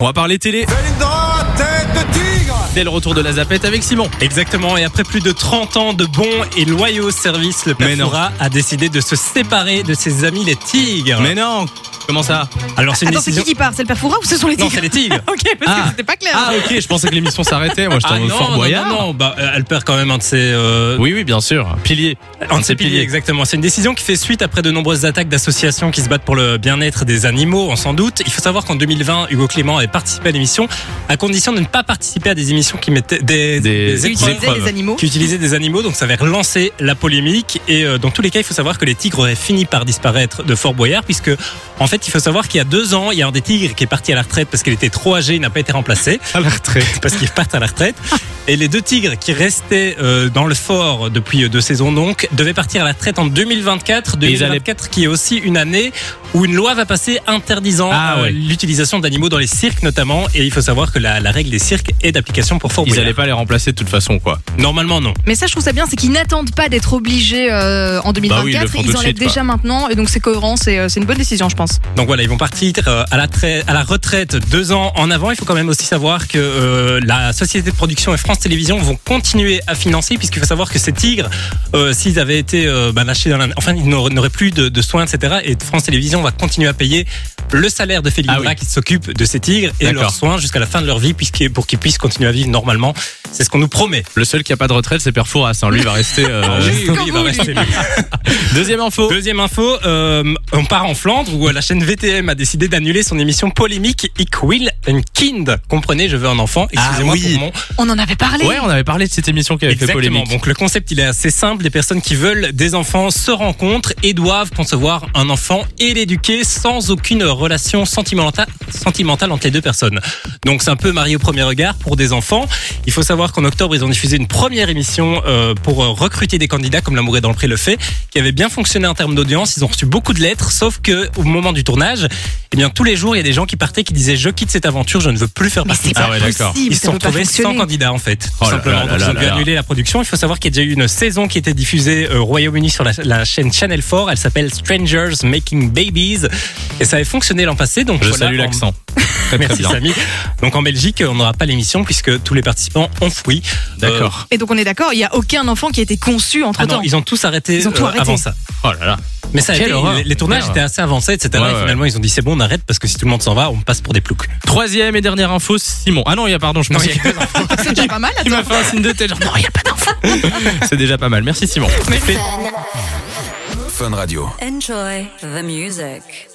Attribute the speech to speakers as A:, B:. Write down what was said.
A: On va parler télé.
B: tête de tigre
A: Dès le retour de la zapette avec Simon.
C: Exactement, et après plus de 30 ans de bons et loyaux services, le
A: Mais
C: père
A: non.
C: Fouras a décidé de se séparer de ses amis les tigres.
A: Mais non Comment ça
C: Alors c'est une
D: Attends, c'est
C: décision...
D: qui qui part C'est le père Foura ou ce sont les
C: Non,
D: tigres
C: c'est les tigres
D: Ok, parce
C: Ah.
D: que c'était pas clair.
A: Ah ok, je pensais que l'émission s'arrêtait. Moi, j'étais
C: Ah
A: en mode
C: non,
A: Fort
C: non,
A: Boyard.
C: non, non, bah, euh, elle perd quand même un de ses... euh,
A: Oui, oui, bien sûr. Pilier.
C: Un de ses piliers, exactement. C'est une décision qui fait suite après de nombreuses attaques d'associations qui se battent pour le bien-être des animaux, on s'en doute. Il faut savoir qu'en 2020, Hugo Clément avait participé à l'émission, à condition de ne pas participer à des émissions qui mettaient des,
A: Des-
C: des
D: Qui
C: épreuves.
D: utilisait les animaux.
C: qui utilisait des animaux, donc ça avait relancé la polémique. Et euh, dans tous les cas, il faut savoir que les tigres auraient fini par disparaître de Fort Boyard, puisque en fait, il faut savoir qu'il y a deux ans, il y a un des tigres qui est parti à la retraite parce qu'il était trop âgé, il n'a pas été remplacé,
A: À la retraite.
C: parce qu'ils partent à la retraite. Et les deux tigres qui restaient euh, dans le fort depuis euh, deux saisons, donc, devaient partir à la retraite en 2024.
A: Et ils
C: 2024
A: allaient-
C: qui est aussi une année où une loi va passer interdisant
A: Ah
C: euh,
A: ouais.
C: l'utilisation d'animaux dans les cirques notamment. Et il faut savoir que la, la règle des cirques est d'application pour Fort
A: Ils
C: Boyard.
A: allaient pas les remplacer de toute façon, quoi.
C: Normalement, non.
D: Mais ça, je trouve ça bien, c'est qu'ils n'attendent pas d'être obligés euh, en
A: le
D: 2024.
A: font tout
D: ils
A: de
D: enlèvent
A: suite,
D: déjà maintenant, et donc c'est cohérent, c'est euh, c'est une bonne décision, je pense.
C: Donc voilà, ils vont partir euh, à, la trai- à la retraite deux ans en avant. Il faut quand même aussi savoir que euh, la société de production et France Télévisions vont continuer à financer, puisqu'il faut savoir que ces tigres, euh, s'ils avaient été euh, bah, lâchés dans la... Enfin, ils n'aur- n'auraient plus de, de soins, etc. Et France Télévisions va continuer à payer le salaire de Félix
A: Ah oui.
C: Bra qui s'occupe de ces tigres et
A: D'accord.
C: leurs soins jusqu'à la fin de leur vie, puisque, pour qu'ils puissent continuer à vivre normalement. C'est ce qu'on nous promet.
A: Le seul qui a pas de retraite, c'est Perforas. hein. Lui, il va rester. euh,
D: oui. Jusqu'au
C: il va
D: bout,
C: rester, lui.
A: Deuxième info.
C: Deuxième info, euh, on part en Flandre où euh, la chaîne VTM a décidé d'annuler son émission polémique Ik Will and Kind. Comprenez, je veux un enfant. Excusez-moi
A: Ah oui.
C: pour mon-
D: On en avait parlé.
A: Ouais, on avait parlé de cette émission qui avait fait
C: Exactement.
A: polémique.
C: Donc le concept il est assez simple. Les personnes qui veulent des enfants se rencontrent et doivent concevoir un enfant et l'éduquer sans aucune relation sentimenta- sentimentale entre les deux personnes. Donc c'est un peu marié au premier regard pour des enfants. Il faut savoir qu'en octobre ils ont diffusé une première émission euh, pour euh, recruter des candidats comme l'amour est dans le pré le fait, qui avait bien fonctionné en termes d'audience. Ils ont reçu beaucoup de lettres, sauf que au moment du tournage, eh bien tous les jours il y a des gens qui partaient qui disaient je quitte cette aventure, je ne veux plus faire
D: Mais
C: partie
D: c'est
C: de ça.
D: pas
A: Ah ouais, d'accord.
D: possible.
C: Ils se
D: ça
C: sont
D: peut pas
C: retrouvés sans
D: fonctionner.
C: candidat en fait, tout
A: Oh là
C: simplement.
A: là
C: Donc,
A: là
C: ils ont
A: là
C: dû
A: là.
C: annuler la production. Il faut savoir qu'il y a déjà eu une saison qui était diffusée euh, au Royaume-Uni sur la, la chaîne Channel 4. Elle s'appelle Strangers Making Babies et ça avait fonctionné l'an passé. Donc
A: Je
C: voilà,
A: salue
C: en-
A: l'accent. Très, très
C: Merci
A: bien.
C: Samy. Donc en Belgique, on n'aura pas l'émission puisque tous les participants ont fui.
A: D'accord.
D: Et donc on est d'accord, il n'y a aucun enfant qui a été conçu entre
C: Ah non,
D: temps.
C: ils ont tous arrêté, euh,
D: Ils ont tout arrêté.
C: avant ça.
A: Oh là là.
C: Mais ça a
A: Quelle
C: été-
A: horreur.
C: les, les tournages
A: Merde.
C: étaient assez avancés, etc.
A: Ouais,
C: et
A: ouais.
C: finalement, ils ont dit c'est bon, on arrête parce que si tout le monde s'en va, on passe pour des ploucs.
A: Troisième et dernière info, Simon. Ah non, il y a pardon, je
C: Non,
A: pensais
C: il y a
A: que-
D: C'est déjà pas mal.
A: Il m'a fait un signe de tête. genre, non, il y a pas d'info. c'est déjà pas mal. Merci Simon.
B: Fun Radio.
E: Enjoy the music.